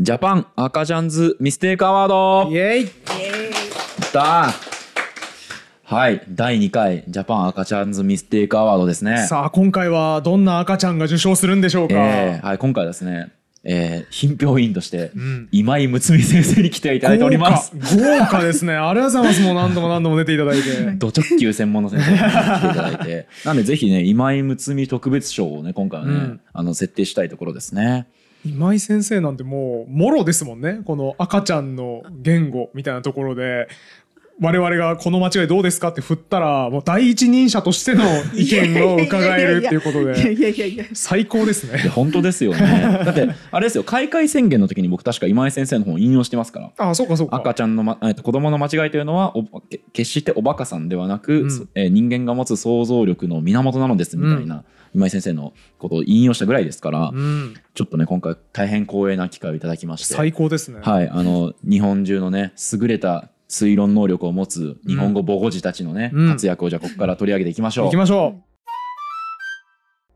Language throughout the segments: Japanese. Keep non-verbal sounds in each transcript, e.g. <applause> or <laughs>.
ジャパン赤ちゃんズミステイクアワードイエイやったはい第2回ジャパン赤ちゃんズミステイクアワードですねさあ今回はどんな赤ちゃんが受賞するんでしょうか、えーはい、今回はですね、えー、品評委員として、ん今井睦美先生に来ていただいております豪華豪華ですね <laughs> ありがとうございますもう何度も何度も出ていただいてド直球専門の先生に来ていただい <laughs> てなんでぜひね今井睦美特別賞をね今回はね、うんあの設定したいところですね今井先生なんてもうもろですもんねこの赤ちゃんの言語みたいなところで我々がこの間違いどうですかって振ったらもう第一人者としての意見を伺えるっていうこといやでいやいやいや。最高ですいやね本当ですよねだってあれですよ開会宣言の時に僕確か今井先生の本を引用してますからあそうかそうか赤ちゃんの、ま、えっと子供の間違いというのはおけ決しておバカさんではなく、うんそえー人間が持つ想像力の源なのですみたいな、今井先生のことを引用したぐらいですから、うんちょっとね今回大変光栄な機会をいただきまして、最高ですね、はい、あの日本中のね優れた推論能力を持つ日本語母語児たちのね、うん活躍をじゃあここから取り上げていきましょう。行きましょ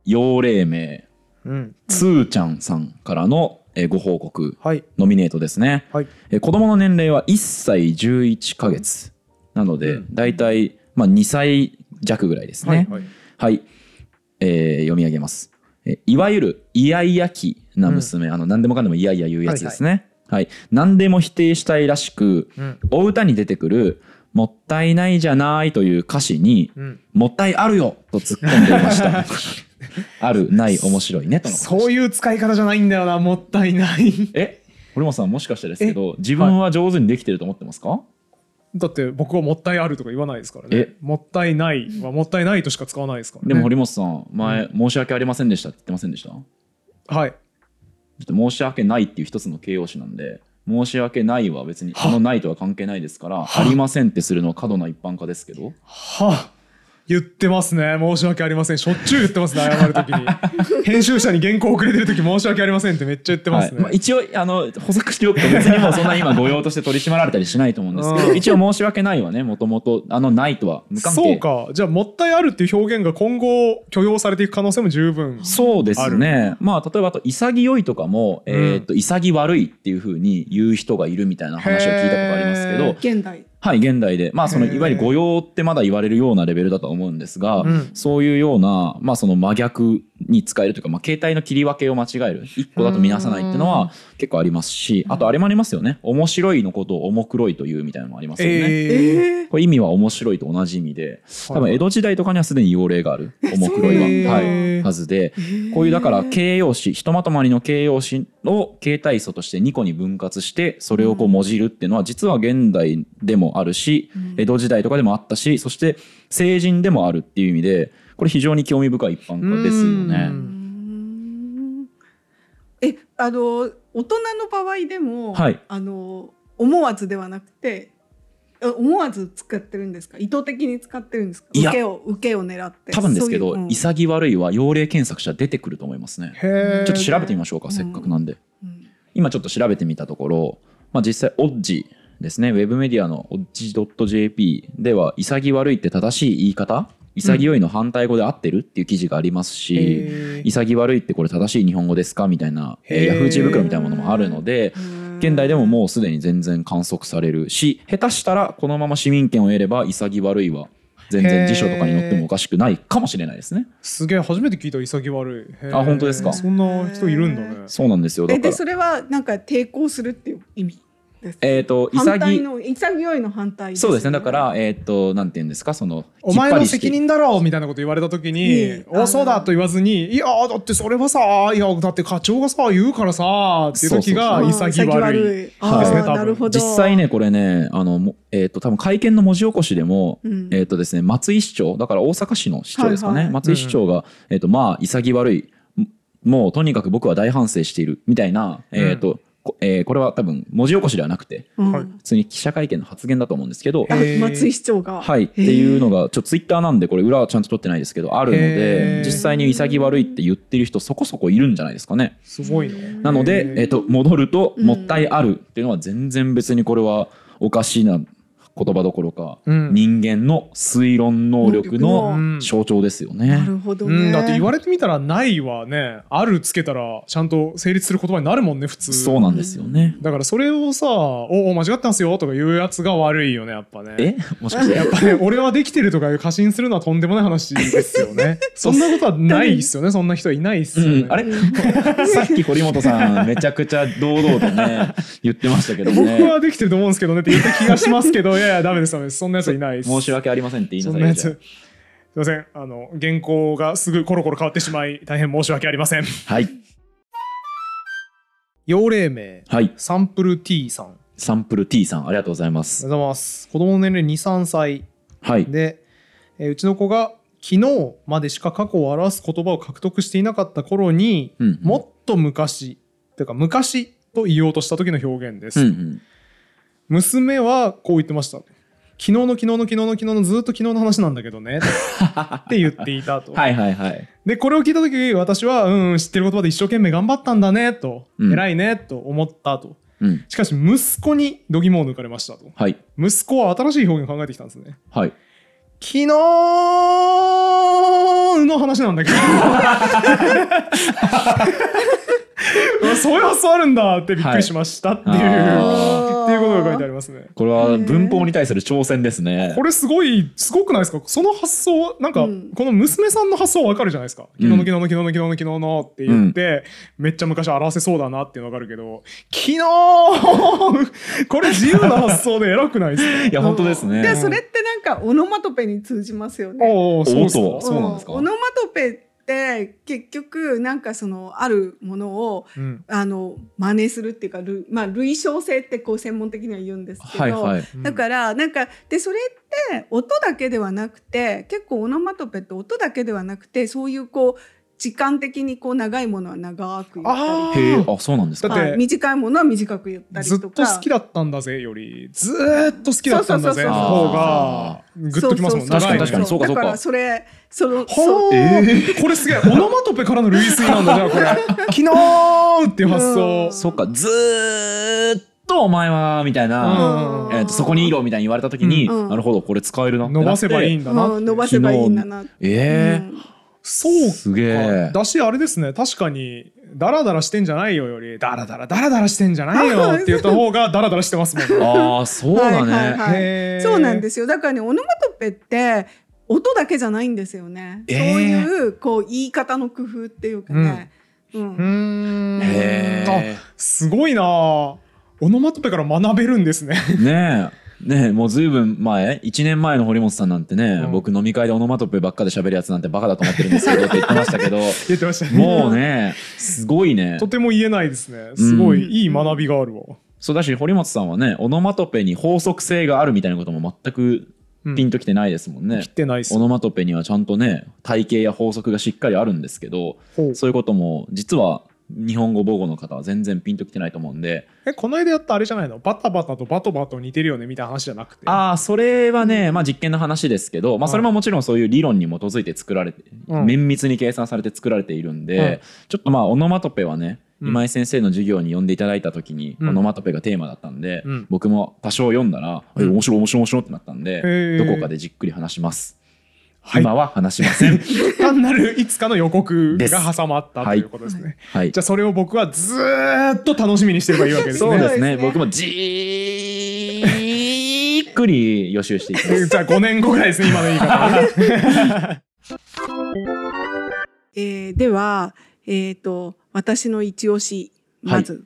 幼霊名う、うん、つーちゃんさんからの、えーご報告はいノミネートですね。はいえー子供の年齢は1歳11ヶ月なので、うんだいたい、まあ、2歳弱ぐらいですね。はいはいはい、えー読み上げます。えいわゆるイヤイヤ期な娘、あの何でもかんでもイヤイヤ言うやつですね。はい、何でも否定したいらしく、うんお歌に出てくる「もったいないじゃない」という歌詞にうん「もったいあるよ」と突っ込んでいました。 <laughs> あるない面白いねとのことでしたそういう使い方じゃないんだよな、もったいない。 <laughs> え堀本さんもしかしてですけど自分は上手にできてると思ってますか、だって僕はもったいあるとか言わないですからねえ。もったいないはもったいないとしか使わないですからね。でも堀本さん前、申し訳ありませんでしたって言ってませんでしたちょはい。っと申し訳ないっていう一つの形容詞なんで申し訳ないは別にこのないとは関係ないですからありませんってするのは過度な一般化ですけどはあ言ってますね。申し訳ありません。しょっちゅう言ってますね、謝るとき <laughs> に。編集者に原稿遅れてるとき申し訳ありませんってめっちゃ言ってまはいすね。まあ、一応あの補足しておくと別にもうそんな今御用として取り締まられたりしないと思うんです <laughs> けど、うん一応申し訳ないはねもともとあのないとは無関係そうか。じゃあ、もったいあるっていう表現が今後許容されていく可能性も十分。そうですね。まあ、例えば、あと、潔いとかも、うんえっと、潔悪いっていうふうに言う人がいるみたいな話を聞いたことありますけへどー、現代。はい、現代で、まあ、その、へーいわゆる御用ってまだ言われるようなレベルだとは思うんですがうん、そういうような、まあ、その真逆に使えるというか、まあ、携帯の切り分けを間違える、一個だと見なさないっていうのうんは結構ありますし、あと、あれもありますよね。面白いのことを面黒いというみたいなのもありますよね。えーこれ意味は面白いと同じ意味で、多分江戸時代とかにはすでに用例がある、面黒そうなんいだは。はい、はずで、こういうだから形容詞ひとまとまりの形容詞を形態素として2個に分割してそれをこうもじるっていうのは実は現代でもあるし、江戸時代とかでもあったしそして成人でもあるっていう意味でこれ非常に興味深い一般化ですようね。んえ、あの、大人の場合でも、はいあの、思わずではなくて。え思わず使ってるんですか。意図的に使ってるんですか。いや受けを、受けを狙って。多分ですけどそういううん潔悪いは用例検索したら出てくると思いますね。へーちょっと調べてみましょうか、せっかくなんで。うん今ちょっと調べてみたところ、まあ、実際オッジですねウェブメディアのオッジ .jp では「潔悪いって正しい言い方潔いの反対語で合ってる?」っていう記事がありますし。へー潔悪いってこれ正しい日本語ですかみたいな、えーへーヤフー知恵袋みたいなものもあるので現代でももうすでに全然観測されるし下手したらこのまま市民権を得れば潔悪いは全へ然ー辞書とかに載ってもおかしくないかもしれないですね。すげえ初めて聞いた潔悪いへーあ本当ですかそんな人いるんだねそうなんですよだえ、かで、らそれは、なんか抵抗するっていう意味です。えーと反対潔の、潔いの反対、そうですね。だよから、えーっと、なんて言うんですか、その、おき前っぱのりして責任だろうみたいなこと言われた時にね「おそうだ」と言わずに「いやーだってそれはさいやだって課長がさ言うからさ」っていう時があー潔悪い。潔あですねー多分なるほど。実際ね、これね、あの、もえーっと、多分会見の文字起こしでも、うんえーっとですね、松井市長、だから大阪市の市長ですかね、はいはい松井市長が、えーっと、まあ、潔悪い、ももうとにかく僕は大反省している、みたいな、えーっと、こえーこれは多分文字起こしではなくて、うん、はい普通に記者会見の発言だと思うんですけど、あへー松井市長が。はい、っていうのがちょっとツイッターなんでこれ裏はちゃんと取ってないですけどあるのへでー実際に潔悪いって言ってる人そこそこいるんじゃないですかね。すごいのなので、えっと、戻ると「もったいある」っていうのは全然別にこれはおかしいな言葉どころか、うん人間の推論能力能のの力象徴ですよね。なるほどうね。ん、だって言われてみたら「ない」はね「ある」つけたらちゃんと成立する言葉になるもんね普通そうなんですよね。だからそれをさ「おお間違ってますよ」とか言うやつが悪いよねやっぱねえもしかしやてっぱね <laughs> 俺はできてるとかいう過信するのはとんでもない話です <laughs> よねそんなことはないっすよねそんな人はいないっすよね、うん、あれ <laughs> さっき堀本さんめちゃくちゃ堂々と <laughs> ね言ってましたけど僕ねはできてると思うんですけどねって言った気がしますけどいやいやダメですダメですそんなやつはいないです申し訳ありませんって言いそなんさなやいつじすゃいませんあの原稿がすぐコロコロ変わってしまい大変申し訳ありませんあはい幼霊名はいサンプル T さんありサンプル T さんありがとうございまがとすうございます子供の年齢23歳はいで、えーうちの子が昨日までしか過去を表す言葉を獲得していなかった頃に、うんうんもっと昔というか昔と言おうとした時の表現でうす、んうん娘はこう言ってました昨日の昨日の昨日の昨日のずっと昨日の話なんだけ <laughs> どねって言っていたと、はいはいはいでこれを聞いた時私はうんうん知ってる言葉で一生懸命頑張ったんだねと、うん偉いねと思ったとうんしかし息子に度肝を抜かれましたとはい息子は新しい表現を考えてきたんですねはい昨日の話なん <laughs> だけど <laughs> うわそういう発想あるんだってびっくりしましたっていう、はいあーっていうことが書いてありますねこれは文法に対する挑戦ですねこれすごいすごくないですかその発想なんか、うんこの娘さんの発想わかるじゃないですか昨日の昨日の昨日の昨日の昨日のって言って、めっちゃ昔表せそうだなっていうのわかるけど昨日 <laughs> これ自由な発想で偉くないです <laughs> いや本当ですねでそれってなんかオノマトペに通じますよかね。おおそうですおーかそうなんですかオノマトペって結局なんかそのあるものをうんあの真似するっていうか、るまあ、類称性ってこう専門的には言うんですけど、はいはいだからなんかでそれって音だけではなくて結構オノマトペって音だけではなくてそういうこう時間的にこう長いものは長く言ったあへえーあそうなんですだかっり、てはい短いものは短く言ったりずっととか好きだったんだぜよりずーっと好きだったんだぜそのうそうそうそう方がグッときますもんねそうそう確かそうに確かにそうかそうかだからそれそのほそうー、えこれすげえオノマトペからの類推なんだじゃあ <laughs> これ昨日っていう発想うんそっかずーっとお前はみたいな、うんえーとそこにいろみたいに言われた時に、うんなるほどこれ使えるなってな伸ってばせばいいんだなってうん伸ばせばいいんだなってえーそうかすげえだしあれですね確かにダラダラしてんじゃないよよりダラダラダラダラしてんじゃないよって言った方がダラダラしてますもんねああそうだね、はいはいはいへーそうなんですよ。だからね、オノマトペって音だけじゃないんですよね。えーそういうこう言い方の工夫っていうかね。 <laughs> うん。うーんへあすごいなあオノマトペから学べるんですね <laughs> えねえねえもうずいぶん前1年前の堀本さんなんてね、うん僕飲み会でオノマトペばっかで喋るやつなんてバカだと思ってるんですけどって言ってました <laughs> けど言ってましたねもうねすごいねとても言えないですね。すごい、うんいい学びがあるわ。そうだし堀本さんはねオノマトペに法則性があるみたいなことも全くピンときてないですもんね、切ってないっすオ。ノマトペにはちゃんとね体系や法則がしっかりあるんですけどほうそういうことも実は日本語母語の方は全然ピンときてないと思うんでえ、この間やったあれじゃないのバタバタとバトバト似てるよねみたいな話じゃなくて。ああそれはね、まあ、実験の話ですけど、まあ、それももちろんそういう理論に基づいて作られて、うん綿密に計算されて作られているんで、うんちょっとまあオノマトペはねうん今井先生の授業に呼んでいただいた時に、うんオノマトペがテーマだったんで、うん僕も多少読んだら、え面白い面白い面白いってなったんでーどこかでじっくり話します、はい今は話しま <laughs> せん単なるいつかの予告ですが挟まったとはいいうことですね。はいじゃあそれを僕はずーっと楽しみにしてればいいわけですそうね。ですねそうですね僕もじーっくり予習していき <laughs> ますえじゃあ5年後ぐらいですね、今の言い方。えーでは、えっ、と、私の一押し、まず、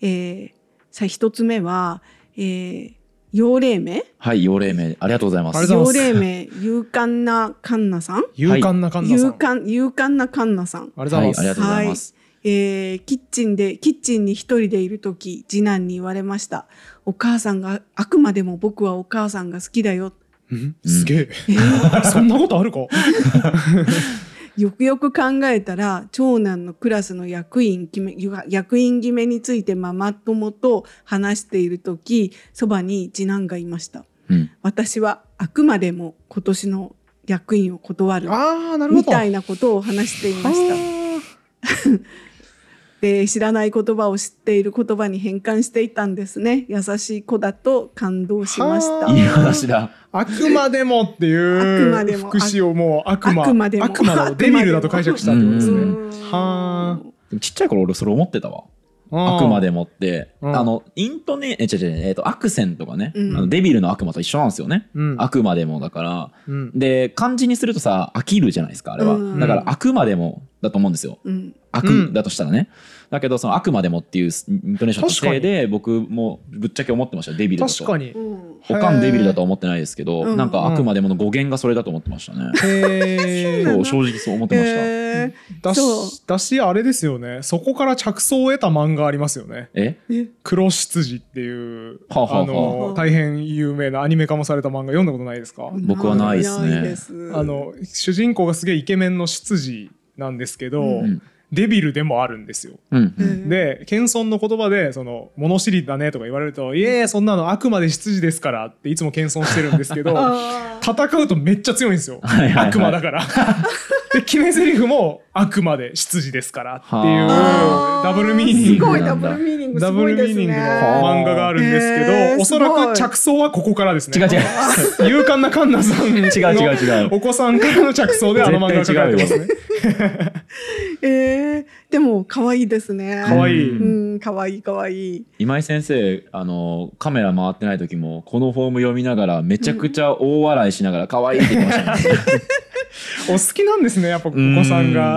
えーさあ一つ目は、えー、幼霊名はい幼霊名ありがとうございまありすがとうご幼ざい霊名、勇敢なカンナさん勇敢な感じさん。勇敢、勇敢なカンナさん。ありがはいあとうごりがざいます。とうございます、えーキッチンでキッチンに一人でいる時次男に言われました「お母さんがあくまでも僕はお母さんが好きだようんすげえ。 <laughs> そんなことあるか」よくよく考えたら長男のクラスの役員決め役員決めについてママ友と話している時そばに次男がいましたうん私はあくまでも今年の役員を断るああ、なるほみど。たいなことを話していましたあーで知らない言葉を知っている言葉に変換していたんですね優しい子だと感動しましたはいい話だ。あくまでもっていあくまでうも福祉をもう悪魔あくまでも悪魔だあくとまでもデビルだと解釈したってことですうね。んはでもちっちゃい頃俺それ思ってたわ。ああくまもでもって、うんあのイントネえ違う違うえっ、とアクセントがね、うんあのデビルの悪魔と一緒なんですよね。うんあくまでもだからうんで漢字にするとさ飽きるじゃないですかあれは、うんだからあくまでもだと思うんですようんう悪んだとしたらね、だけどそのあくまでもっていうイントネーションのせいで僕もぶっちゃけ思ってましたよデビルだと確か <laughs> にう。んおかんデビルだとは思ってないですけど、うんなんかあくまでもの語源がそれだと思ってましたね、へそーう正直そう思ってました、ええーだそうしだしあれですよねそこから着想を得た漫画ありますよねえ「黒執事」っていうはあはあはああの大変有名なアニメ化もされた漫画読んだことないですか僕はないっすねないですあの主人公がすげえイケメンの執事なんですけど、うんデビルでもあるんですよ。うんうんうんで謙遜の言葉でその物知りだねとか言われると「いえいえそんなのあくまで執事ですから」っていつも謙遜してるんですけど <laughs> あー戦うとめっちゃ強いんですよはいはいはい悪魔だからで決め台詞も「あくまで執事ですから」っていうあーダブルミーニンすごグいダブルミーニングダすブごいルミーですニングのね漫画があるんですけど、へーおそらく着想はここからですね <laughs> 違う違う勇敢なカンナさんの違う違う違うお子さんからの着想であの漫画が書かれてますねえーでも可愛いですね可愛ういんうん可愛い可愛い今井先生あのカメラ回ってない時もこのフォーム読みながらめちゃくちゃ大笑いしながら可愛いって言ってましたねお好きなんですねやっぱお子さんが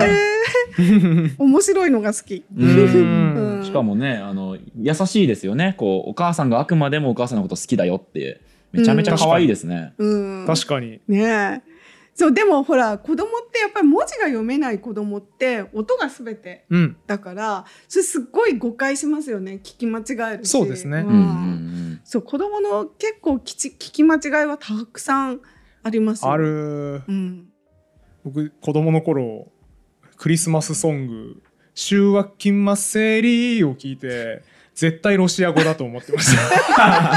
うん面白いのが好きううんうんしかもねあの優しいですよねこうお母さんがあくまでもお母さんのこと好きだよってめちゃめちゃ可愛いですね、うん確かにねえそうでもほら子供ってやっぱり文字が読めない子供って音が全てうんだからそれすっごい誤解しますよね聞き間違えるしそうですねうんううんんそう子供の結構きち聞き間違いはたくさんありますよあ、るうん、僕子供の頃クリスマスソング「週は金マセリ」を聞いて絶対ロシア語だと思ってました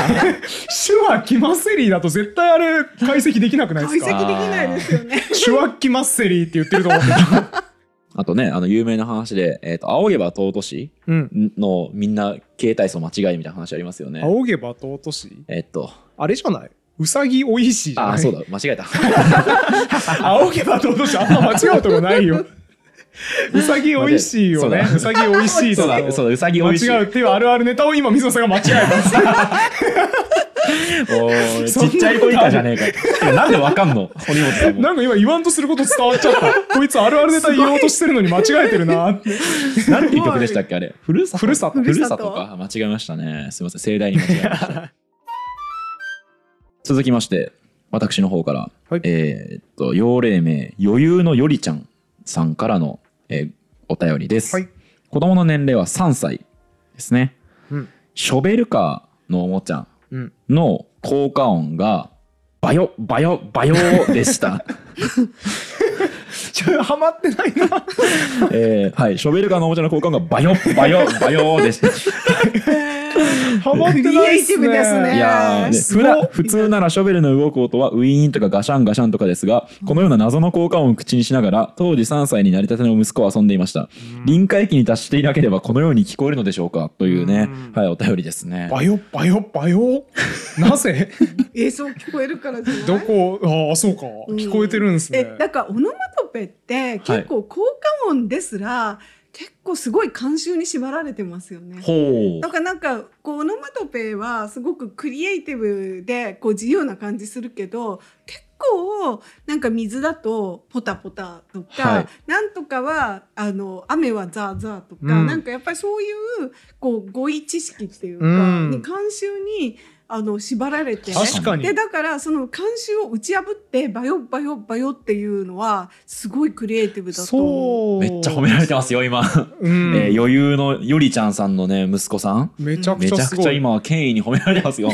シュワキマセリだと絶対あれ解析できなくない解です析できかないです <laughs> よねシュワキマセリって言ってると思ってた、 <laughs> あとねあの有名な話で「えー、と仰げば尊しうん」、のみんな携帯層間違いみたいな話ありますよね仰げば尊しえっとあれじゃないうさぎおいしいじゃないあそうだ間違 <laughs> えた仰げば尊 <laughs> しあんま間違うとこない <laughs> ようさぎおいしいよね間違えたうさぎおいしいそうとだそうだうさぎお間いしい違うっていうあるあるネタを今水野さんが間違えたおーそんちなっちゃい子以下じゃねえかよなんでわかんの堀本さんもなんか今言わんとすること伝わっちゃった。こいつあるあるネタ言おうとしてるのに間違えてるなって。なんていう曲でしたっけあれふるさとふるさとふるさふるとさか間違えましたねすみません盛大に間違えました <laughs> 続きまして私の方から、はいえーっと幼霊名余裕のよりちゃんさんからの、えーお便りです、はい子供の年齢は3歳ですね、うんショベルカーのおもちゃうんの効果音がバヨバヨバヨで <laughs> したちょ、ハマってないな。えーはい、ショベルカーのおもちゃの交換がバヨッバヨッバヨーでした。ハマってないっすね。クリエイティブですねいやーねすご普い段普通ならショベルの動く音はウィーンとかガシャンガシャンとかですが、このような謎の効果音を口にしながら、当時3歳になりたての息子は遊んでいました。臨界期に達していなければこのように聞こえるのでしょうかというね、うんはい、お便りですね。バヨバヨバヨなぜ映像聞こえるからじゃないどこああ、そうか。うん聞こえてるんですねえ。だからオノマトペって結構効果音ですら、結構すごい慣習に縛られてますよね。ほうだ。からなんかこうオノマトペはすごくクリエイティブでこう自由な感じするけど結構なんか水だとポタポタとか、はいなんとかはあの雨はザーザーとか、うんなんかやっぱりそういうこう語彙知識っていうか、うんに慣習にあの縛られて確かにで。だからその慣習を打ち破ってバヨバヨバヨっていうのはすごいクリエイティブだと思う。そう。めっちゃ褒められてますよ、今。うん。えー余裕のよりちゃんさんのね、息子さん。めちゃくめちちゃゃすくごちゃい。今、権威に褒められて <laughs> ますよ。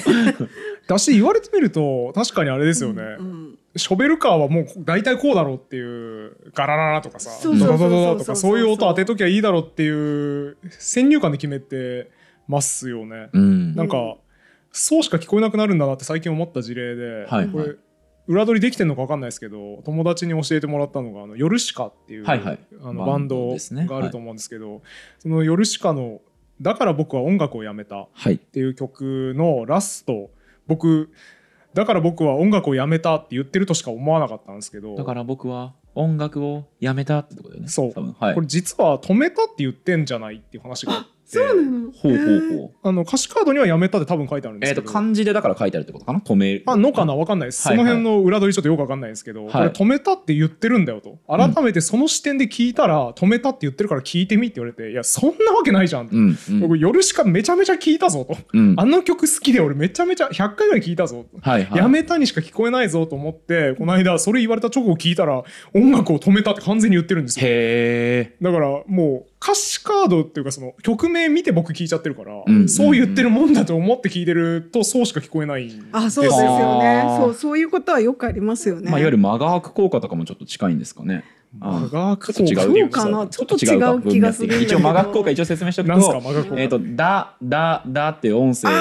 だし、言われてみると、確かにあれですよね。うんうんショベルカーはもう大体こうだろうっていうガラララとかさそうドそうドそうそドうドドとかそういう音当てときゃいいだろうっていう先入観で決めてますよね。うんな。んか、うんそうしか聞こえなくなるんだなって最近思った事例で、はいこれ裏取りできてるのか分かんないですけど友達に教えてもらったのがあのヨルシカっていう、はいはいあのババンンドドですねがあると思うんですけど、そのヨルシカの「だから僕は音楽をやめた」っはいていう曲のラスト僕だから僕は音楽をやめたって言ってるとしか思わなかったんですけどだから僕は音楽をやめたってとこだよねそう多分はいこれ実は止めたって言ってんじゃないっていう話があってそうなのほうほうほうあの歌詞カードには「やめた」って多分書いてあるんえですっけとど、漢字でだから書いてあるってことかな止めるあのかな分かんないです、はいはいその辺の裏取りちょっとよく分かんないですけど、いこれ止めたって言ってるんだよと改めてその視点で聞いたら止めたって言ってるから聞いてみって言われていやそんなわけないじゃん、うんうん僕夜しかめちゃめちゃ聞いたぞと、うんあの曲好きで俺めちゃめちゃ100回ぐらい聞いたぞと、はいはいやめたにしか聞こえないぞと思ってこの間それ言われた直後聞いたら音楽を止めたって完全に言ってるんですよへえだからもう歌詞カードっていうかその曲名見て僕聞いちゃってるから、うんそう言ってるもんだと思って聞いてるとそうしか聞こえないんあそうですねよあねーそうそういうことはよくありますよね、まあいわゆるマガーク効果とかもちょっと近いんですかねあマガークちょっと違う違っていううかなちょっと違かう気がするんだけ一ど応マガーク効果一応説明しておなんくすかとマガ効果えっとだだだっていう音声を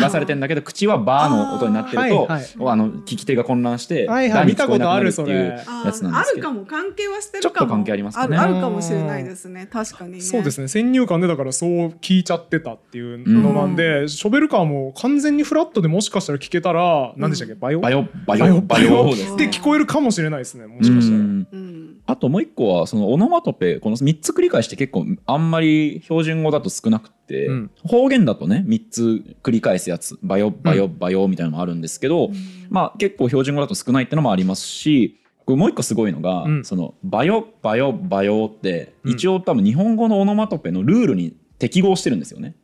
流されてんだけど口はバーの音になってるとあーはいあの聞き手が混乱してはいはだいに聞こえなくなるって見たこというあるそあやつなんあでするけかども関係はしてちょるっかもと関係ありますかねあるあるかもしれないですね確かにねそうですね先入観でだからそう聞いちゃってたっていうのなんで、ショベルカーも完全にフラットでもしかしたら聞けたら、何でしたっけバイオバオヨバヨバヨですって聞こえるかもしれないですねもしかしたうら。んうんあともう一個はそのオノマトペこの3つ繰り返して結構あんまり標準語だと少なくて、うん方言だとね3つ繰り返すやつバヨバヨバヨみたいなのもあるんですけど、まあ結構標準語だと少ないってのもありますしこれもう一個すごいのが、うんそのバヨバヨバヨってうん一応多分日本語のオノマトペのルールに適合してるんですよね、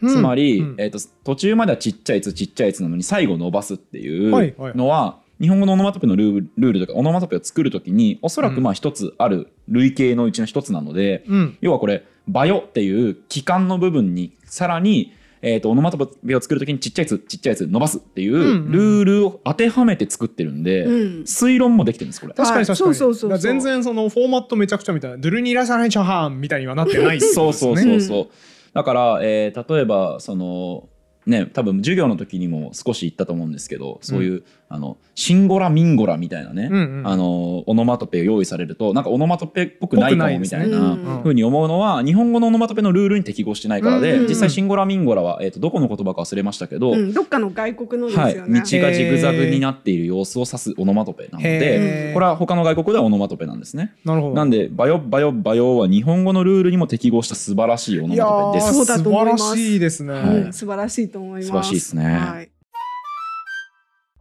つまり、うんえー、と途中まではちっちゃい「つ」ちっちゃい「つ」なのに最後伸ばすっていうはいはいのは、日本語のオノマトペのルールルールとかオノマトペを作るときにおそらうくんまあ一つある類型のうちの一つなので、うん要はこれ「バヨ」っていう器官の部分にさらに、えー、とオノマトペを作るときにちっちゃい「つ」ちっちゃい「つ」伸ばすっていううんルールを当てはめて作ってるんで、うん推論もできてるんですこれ。確かに確かに、そうそうそうそうだから全然そのフォーマットめちゃくちゃみたいなドゥルニラサライチャーハンみたいにはなってないってことそうですそねうそうそう、だから、えー例えばそのね多分授業の時にも少し言ったと思うんですけどそういう、あのシンゴラミンゴラみたいなね、うんうんあのオノマトペ用意されるとなんかオノマトペっぽくないかもみたいぽくな。うんふうに思うのは日本語のオノマトペのルールに適合してないからで、うん実際シンゴラミンゴラは、えー、とどこの言葉か忘れましたけど、うん、どっかの外国のですはい、よ道ね、がジグザグになっている様子を指すオノマトペなのでへーこれは他の外国ではオノマトペなんですね。なるほどなんで、バヨバヨバヨは日本語のルールにも適合した素晴らしいオノいやマトペでーす。そうだと思います素晴らしいですね、はいうん素晴らしいと思います素晴らしいですねはい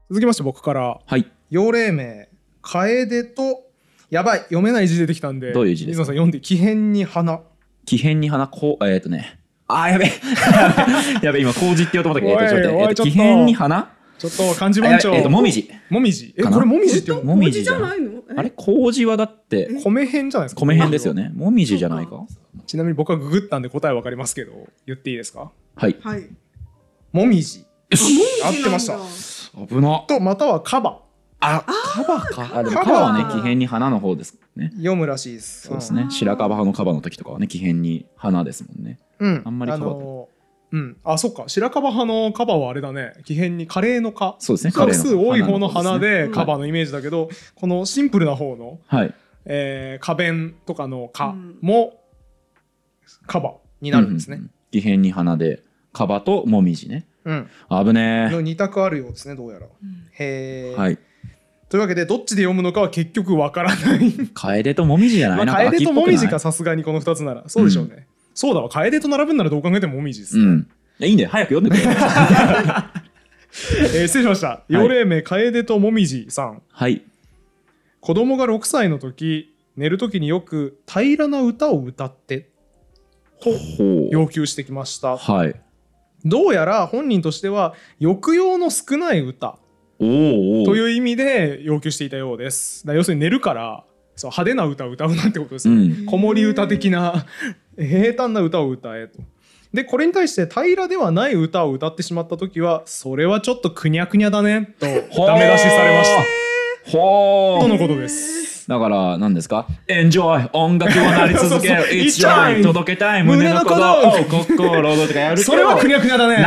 続きまして僕からはい。幼霊名楓とやばい読めない字出てきたんでどういう字です水か野さん読んで「奇変に花」奇変に花こう、えっ、とね。あー、やべえ。 <laughs> やべえ、今、工事って言おうと思ったけど、えっ、と、ちょっと待おいおいって、えっ、と、ちょっ奇と変に花ちょっと漢字あ番や長えっ、と、もみじ。もみじえかなこれもみじって読むもみじじじゃゃん。ないのえあれ、工事はだって、米編じゃないですか米編ですよね。もみじじゃないそか。ちなみに僕はググったんで答えわかりますけど言っていいですかはい。はいもみじ合あってました危な。とまたはカバあ、カバか。あ、でも、カカババはね、奇変に花の方ですね。読むらしいですそうですねあ。ー白樺派のカバの時とかはね、奇変に花ですもんね。うんあんまりカバあのうんあそっか白樺派のカバはあれだね奇変にカレーのカそうですね。画数多い方の花ですでねカバのイメージだけど、このシンプルな方のはい。えー、花弁とかのう花んもカバになるんですうねう。う。異変に花で、カバとモミジね。うん。あぶねの二択あるようですね、どうやら。へえ。え。はい。というわけで、どっちで読むのかは結局わからない。楓とモミジじゃない、まあ、なんか楓秋っとぽもくないみじか、さすがにこの二つなら。そうでしょうね。そうだわ、楓と並ぶんならどう考えてももみじです。うん。いやいいんだよ。早く読んでく <laughs> れ。えー失礼しました。幼霊名、楓ともみじさん。はい。子供が6歳の時、寝る時によく平らな歌を歌ってほう。要求してきました。はい。どうやら本人としては、抑揚の少ない歌。おーおーという意味で要求していたようです。だから要するに寝るからそう派手な歌を歌うなんてことですうね。ん。子守歌的な <laughs> 平坦な歌を歌えと。でこれに対して平らではない歌を歌ってしまった時はそれはちょっとくにゃくにゃだねとほーダメ出しされました。ほとのう。ことです。だから、何ですか ?Enjoy! 音楽を鳴り続ける <laughs> そうそう !It's It's time time! 届けたい胸の鼓動胸のお心とかやるけどそれはくにゃくにゃだね。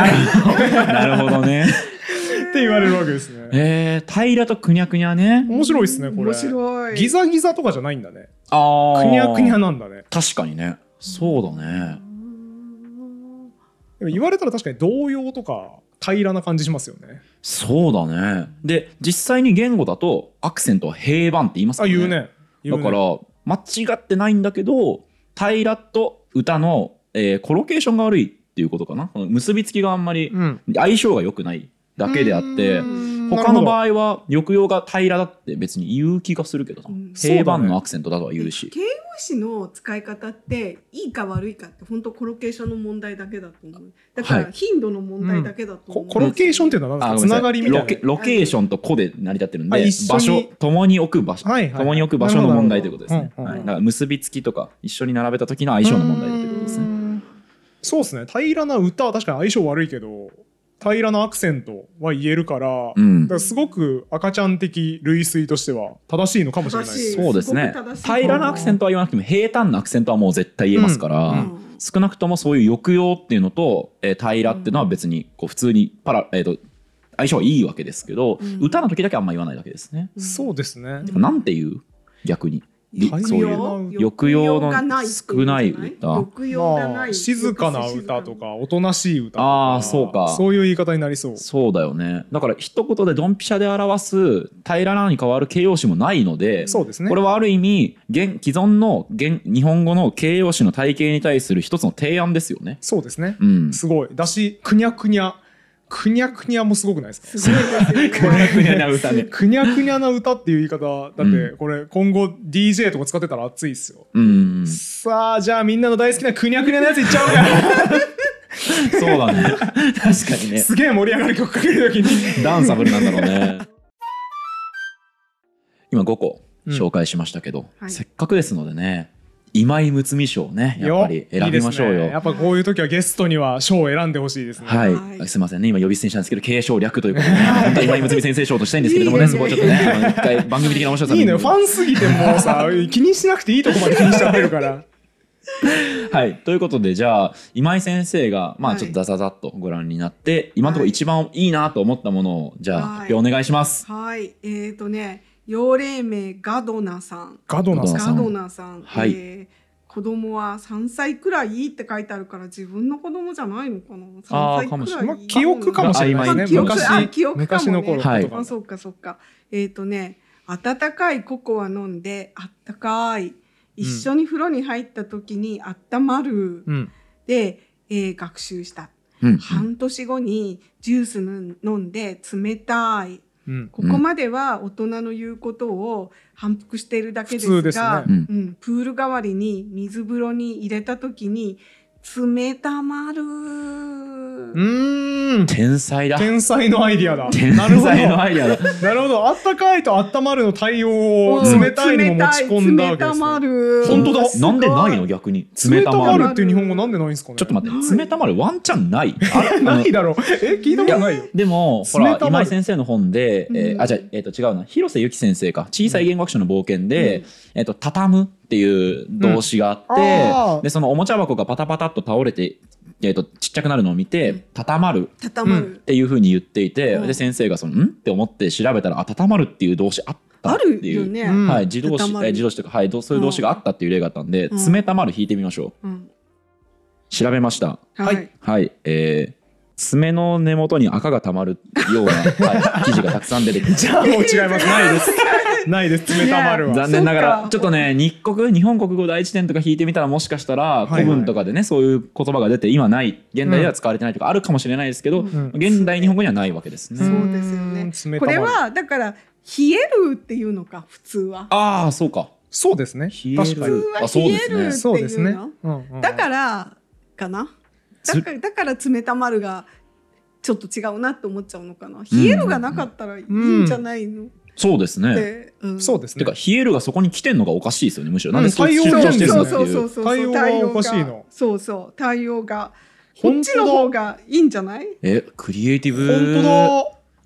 なるほどね。って言われるわけですね。えー、平らとくにゃくにゃね。面白いですね、これ。面白い。ギザギザとかじゃないんだね。あくあ。にゃくにゃなんだね。確かにね。そうだね。でも言われたら確かに童謡とか平らな感じしますよね。そうだね。で、実際に言語だと、アクセントは平板って言いますあ、から言うね。言うだねから、間違ってないんだけど、平らと歌の、えーコロケーションが悪いっていうことかな。この結びつきがあんまりうん相性が良くないだけであってう、ん他のなる場合は抑揚が平らだって別に言う気がするけどなうん。平板のアクセントだとは言うし。形容詞の使い方っていいか悪いかって本当コロケーションの問題だけだと思うだかはら頻度の問題だけだとほど思う、こコロケーションっていうのは何あごですめかんなさつながいりみたいロなね。ケロケーションと個で成り立ってるんあで一緒場に所共に置く場所はいはいはい共に置く場所の問題ということですね、うんうんはい、だから結びつきとか一緒に並べた時の相性の問題ということですねね。そうですね。平らな歌は確かに相性悪いけど、平らなアクセントは言えるから、うだんからすごく赤ちゃん的類推としては正しいのかもしれないです。正しいそうですねすごく正しいと思う平らなアクセントは言わなくても平坦なアクセントはもう絶対言えますから、うんうん少なくともそういう抑揚っていうのと、えー平らっていうのは別にこう普通にパラ、えー、と相性はいいわけですけど、うん歌の時だけあんま言わないだけですね、うんそうですね。てかなんて言う逆に抑揚そういう抑揚のがないっていうことじゃない少ない歌抑揚がまなあ、い静かな歌とか、おとなしい歌とか。あーそうかそういう言い方になりそう。そうだよねだから一言でドンピシャで表す平らなに変わる形容詞もないのでそうですね。これはある意味現既存の現日本語の形容詞の体系に対する一つの提案ですよね。そうですね。うん、すごい。だし、くにゃくにゃ。くにゃくにゃもすごくないですかすごいですよね歌 <laughs> ね。くにゃくにゃな歌っていう言い方、だっうてこれ今後 DJ とか使ってたら熱いですよ。うん、そさあ、じゃあみんなの大好きなくにゃくにゃのやついっちゃおうか。うだね確かにね <laughs> すげえ盛り上がる曲かけるときに。ダンサブルなんだろうね。今5個うん紹介しましたけど、はいせっかくですのでね今井睦美賞をねやっぱり選びましょういいよ。ですねやっぱこういう時はゲストには賞を選んでほしいですね。はい、はいすみませんね、今呼び捨てにしたんですけど、継承略ということでね、本当は今井睦先生賞としたいんですけれどもね、いいねそこはちょっとね、あの一回番組的な面白さいいね、のファンすぎても <laughs> うさ、気にしなくていいとこまで気にしちゃってるから。はい、ということで、じゃあ、今井先生が、まあ、はいちょっとザザザっとご覧になって、今のところはい一番いいなと思ったものを、じゃあ、はい発表お願いします。はいえー、とね幼霊名ガドナさんガドナさん。さガんドナさん、はいえー子供は3歳くらいって書いてあるから自分の子供じゃないのかなあー3歳くらいまあ、記憶かもしれないですね。あ曖昧ねあ昔記憶かもね昔の頃のことはいかあなそうかそうかえっ、とね温かいココア飲んであったかい一緒に風呂に入った時にあったまる、うん。で、えー学習したうんうん半年後にジュースぬ飲んで冷たいうん。ここまでは大人の言うことを反復しているだけで普す通ですがねうんうんプール代わりに水風呂に入れた時に冷たまるうーん。天才だ。天才のアイディアだ。天なるほ才のど。アイデアだ。 <laughs> なるほど。あったかいとあったまるの対応をうん冷たいにも持ち込んだわけで冷たす、まね。る本当だすごなんでないの逆に。冷冷たたままるる。っていう日本語なんでないんですかね。ちょっと待って、ない冷たまるワンチャンない。あれ <laughs> ないだろう。え、聞いたことないよ。でも、ほ冷ら、たまる今井先生の本で、えーうんあ、じゃあ、えっ、と、違うな、広瀬由紀先生か、小さい言語学者の冒険で、えっ、と、畳むっていう動詞があって、うんあーで、そのおもちゃ箱がパタパタっと倒れて、えっ、と、ちっちゃくなるのを見て、うん畳まる。たたまうるっ、ていうふうに言っていて、うんで、先生がその、んって思って調べたら、あ、畳まるっていう動詞あったあってるいう。よね、うんはい、自動詞、え畳まるー自動詞というか、はい、どうそういう動詞があったっていう例があったんで、うん冷たまる引いてみましょう。うん調べました。はい、はいはい、えー爪の根元に赤がたまるよう <laughs> な、はい、記事がたくさん出てきまじす。ゃあもう違います。ないです。ないです。冷たまるは。残念ながそっらかちょっとね日国日本国語第一点とか引いてみたらもしかしたらはいはい古文とかでね、そういう言葉が出て今ない現代では使われてないとかあるかもしれないですけど、うん現代日本語にはないわけですね。そうですよねうーん冷たこまれる。はだから冷えるっていうのか普通はああそうかそうですね。冷える確かに。あそうです冷えねるそうですねっていう。うんうんだからかなだからだから冷たまるがちょっと違うなって思っちゃうのかな冷えるがなかったらいいんじゃないのっそうですね。て、うんそうですてねか。冷えるがそこに来てんのがおかしいですよねむしろ。なんでうんそういう対主応張がしてるそのうってそういそうう。そう対応がおかしいのそうそう対応がこっ本当だちの方がいいんじゃないえクリエイティブ本当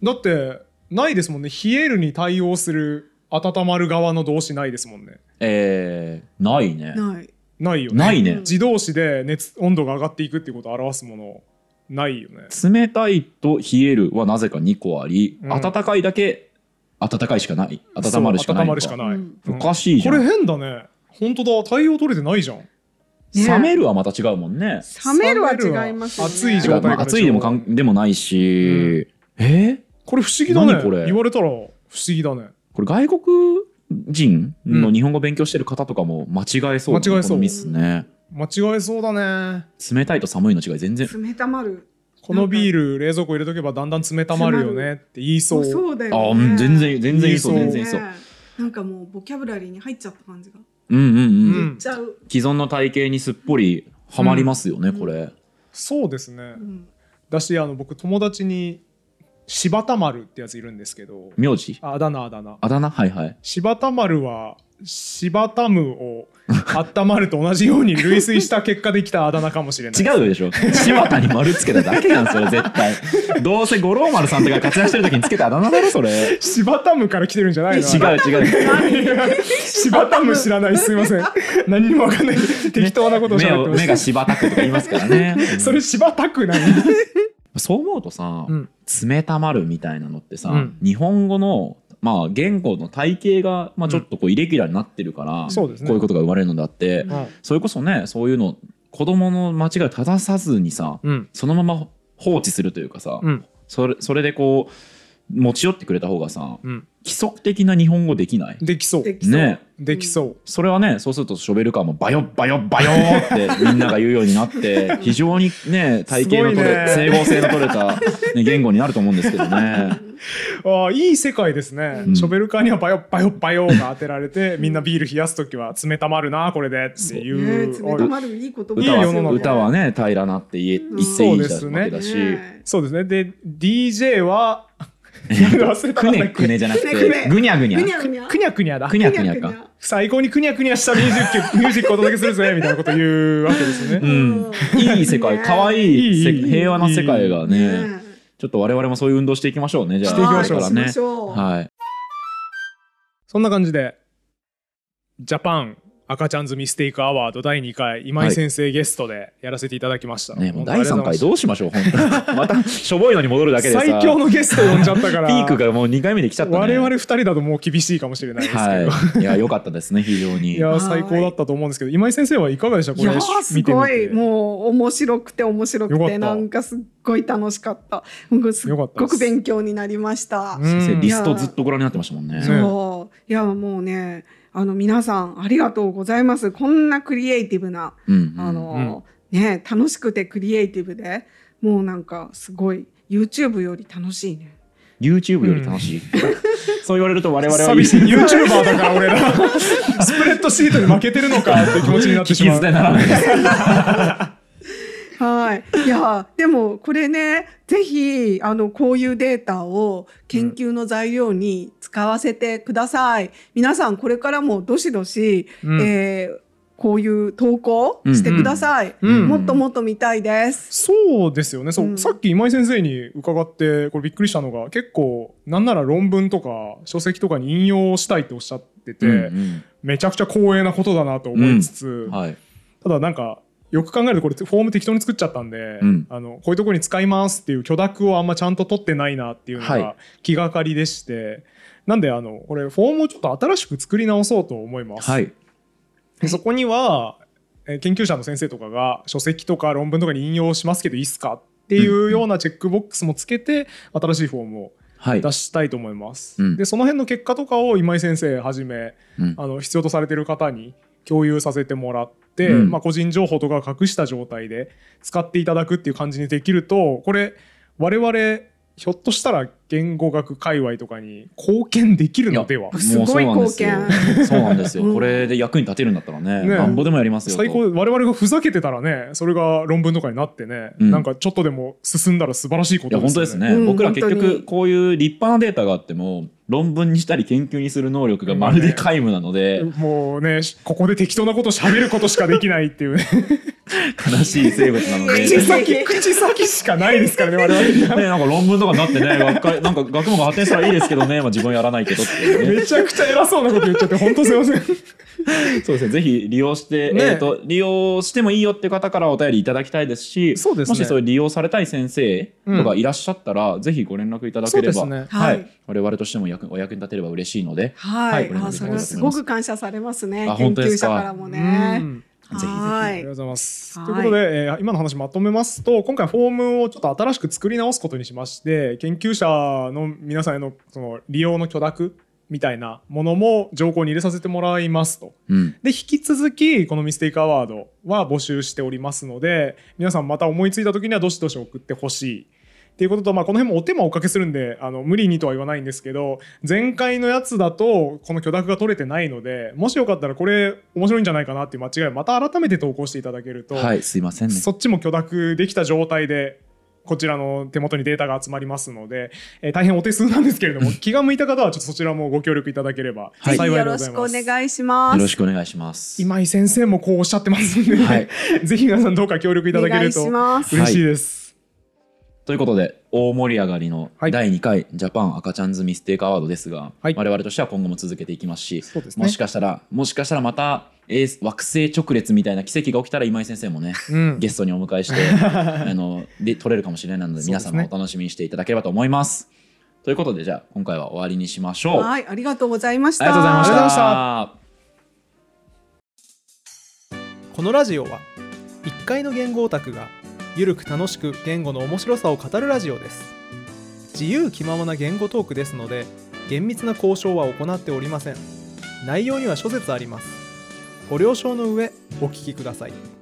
だ。だってないですもんね。冷えるに対応する温まる側の動詞ないですもんね。えーないね。ないないよね。ないね。うん自動詞で熱温度が上がっていくっていうことを表すものないよね。冷たいと冷えるはなぜか2個あり、うん暖かいだけ温かいしかない温まるしかないのそう温まかるしかない。うんうんおかしいじこゃん、れ変だね。本当だ。対応取れてないじゃん。ね冷めるはまた違うもんね冷めるは違いますよね。冷めるは熱い違状う、態まあ、暑いでもかんでもないし、えこれ不思議だね。何これ言われたら不思議だね。ーこれ外国人うのん日本語勉強してる方とかも間違えそう間違えそこうのミスね間違えそうだね。冷たいと寒いの違い全然冷たまる。このビール冷蔵庫入れとけばだんだん冷たまるよねって言いそ。そうそうだあよーね。うん全然全然いいそう言全いそう然いいそう、ねなんかもうボキャブラリーに入っちゃった感じが。うんうんうん、うん言っちゃう。既存の体型にすっぽりはまりますよね、うんこれそうですねう。んだしあの僕友達に柴田丸ってやついるんですけど。名字あだ名あだ名。あだ名はいはい柴田丸は柴田ム <laughs> を温まると同じように類推した結果できたあだ名かもしれない。違うでしょ柴田に丸つけただけなんそれ絶対どうせ五郎丸さんとか活躍してる時につけたあだ名だろそれ柴田ムから来てるんじゃないの違う違う <laughs> 柴田ム知らないすいません何にもわかんない適当なことをし目ゃべっをてま目しがた柴田区とか言いますからね、 <laughs> それ柴田区なのそう思うとさ、うん冷たまるみたいなのってさ、うん日本語のまあ言語の体系が、まあ、ちょっとこうイレギュラーになってるから、そうですねこういうことが生まれるのだって、うんそれこそねそういうの子供の間違いを正さずにさ、うんそのまま放置するというかさ、うんそれそれでこう持ち寄ってくれた方がさうん規則的な日本語できないできそうできそうねできそうそれはねそうするとショベルカーもバヨッバヨッバヨーってみんなが言うようになって <laughs> 非常にね体型の取れ、すご整いね合性の取れた、ね、言語になると思うんですけど <laughs> ねああいい世界ですね、うんショベルカーにはバヨッバヨッバヨーが当てられてみんなビール冷やす時は冷たまるなこれでっていうね冷たまるいい言葉です歌いよいは世の中歌はね平らなって言え一世いいそうですねわけだし、ねそうですねで DJ は忘れたくねくねじゃなくてぐにゃぐにゃぐにゃぐにゃ。くにゃくにゃだくにゃくにゃか。最高にくにゃくにゃしたミュージックミュージックをお届けするぜみたいなこと言うわけですねう。ん、いい世界ねかわいい世いいいい平和な世界がねねちょっと我々もそういう運動していきましょうねじゃあしていきましょうこれはいしかょうらねはいそんな感じでジャパン赤ちゃんズミステイクアワード第2回今井先生ゲストでやらせていただきました。ね、もう本当あ第りが3とうござい回ましたどうしましょう本 <laughs> 当にまたしょぼいのに戻るだけでさ最強のゲスト呼んじゃった <laughs> からピークがもう2回目で来ちゃったね我々2人だともう厳しいかもしれないですけど、はいいや良かったですね非常い、にや最高だったと思うんですけど今井先生はいかがでしたこいやれーす見てみごていもう面白くて面白くよかってたなんかすっごい楽しかった僕すっよかったごですく勉強になりましたう。ん先生リスいトやずっとご覧になってましたもんねねそういやもうねあの皆さんありがとうございますこんなクリエイティブなうんうんあの、ね楽しくてクリエイティブでもうなんかすごい YouTube より楽しいね。 YouTube より楽しい、そう言われると我々は寂しい YouTuber だから俺ら <laughs> スプレッドシートに負けてるのかって気持ちになって聞しきま捨うてならないですはい、いやでもこれねぜひあのこういうデータを研究の材料に使わせてください。皆さんこれからもどしどし、うんえーこういう投稿してください、うんうんうんもっともっと見たいです。そうですよねそう、うんさっき今井先生に伺ってこれびっくりしたのが結構なんなら論文とか書籍とかに引用したいっておっしゃってて、うんうんめちゃくちゃ光栄なことだなと思いつつ、はい、ただなんかよく考えるとこれフォーム適当に作っちゃったんで、うんあのこういうとこに使いますっていう許諾をあんまちゃんと取ってないなっていうのはいが気がかりでして、なんであのこれフォームをちょっと新しく作り直そうと思います。はい、でそこにはえー研究者の先生とかが書籍とか論文とかに引用しますけどいいっすかっていうようなチェックボックスもつけて新しいフォームをはい出したいと思います。うんでその辺の結果とかを今井先生はじめうんあの必要とされてる方に共有させてもらって、うんまあ、個人情報とかを隠した状態で使っていただくっていう感じにできるとこれ我々ひょっとしたら言語学界隈とかに貢献できるのではやすごいもうそうなんですよそうなんですよ、うんこれで役に立てるんだったらねねなんぼでもやりますよと最高我々がふざけてたらねそれが論文とかになってね、うんなんかちょっとでも進んだら素晴らしいこいやと本当ですね、うん僕ら結本当に局こういう立派なデータがあっても論文にしたり研究にする能力がまるで皆無なので、もうねここで適当なこと喋ることしかできないっていう <laughs> ね悲しい生物なの <laughs> で。口先口先しかないですからね我々に <laughs> はね、なんか論文とかになってね学会なんか学問が発展したらいいですけどね、まあ、自分はやらないけどっていうねめちゃくちゃ偉そうなこと言っちゃって本当すいませんそうですね。ぜひ利用して、ねえっ、と利用してもいいよって方からお便りいただきたいですし、そうですねもしそういう利用されたい先生とかいらっしゃったら、ぜひご連絡いただければ、そうですねははい、い我々としても役お役に立てれば嬉しいので、ははいい、あそれはすごく感謝されますねあ研本当で究す者かからもうね。んぜひぜひありがとはうございます。はいということで、えー今の話まとめますと今回フォームをちょっと新しく作り直すことにしまして研究者の皆さんへのその利用の許諾みたいなものも条項に入れさせてもらいますと。うん、で引き続きこのミステイクアワードは募集しておりますので皆さんまた思いついた時にはどしどし送ってほしい。っていうことと、まあ、この辺もお手間をおかけするんであの無理にとは言わないんですけど前回のやつだとこの許諾が取れてないのでもしよかったらこれ面白いんじゃないかなっていう間違いをまた改めて投稿していただけると、はい、すいませんね。そっちも許諾できた状態でこちらの手元にデータが集まりますので、えー大変お手数なんですけれど <laughs> も気が向いた方はちょっとそちらもご協力いただければい、幸ぜいひでよごろざしいくまおす。願いしまよろすし。くお願いします。今井先生もこうおっしゃってますんで、はい、 <laughs> ぜひ皆さんどうか協力いただけるとお願いします嬉しいです。ということで大盛り上がりのはい第2回ジャパン赤ちゃんズミステイクアワードですが、はい我々としては今後も続けていきますしそうですねもしかしたらもしかしたらまた、えー惑星直列みたいな奇跡が起きたら今井先生も <laughs> ねうんゲストにお迎えして <laughs> あので取れるかもしれないのでそうで皆すね様お楽しみにしていただければと思います。ということでじゃあ今回は終わりにしましょう。あはい、ありがとうございまりした。がとうございまありがとうございまし。したこのラジオは1階の言語オタクがゆるく楽しく言語の面白さを語るラジオです自由気ままな言語トークですので厳密な交渉は行っておりません内容には諸説ありますご了承の上お聞きください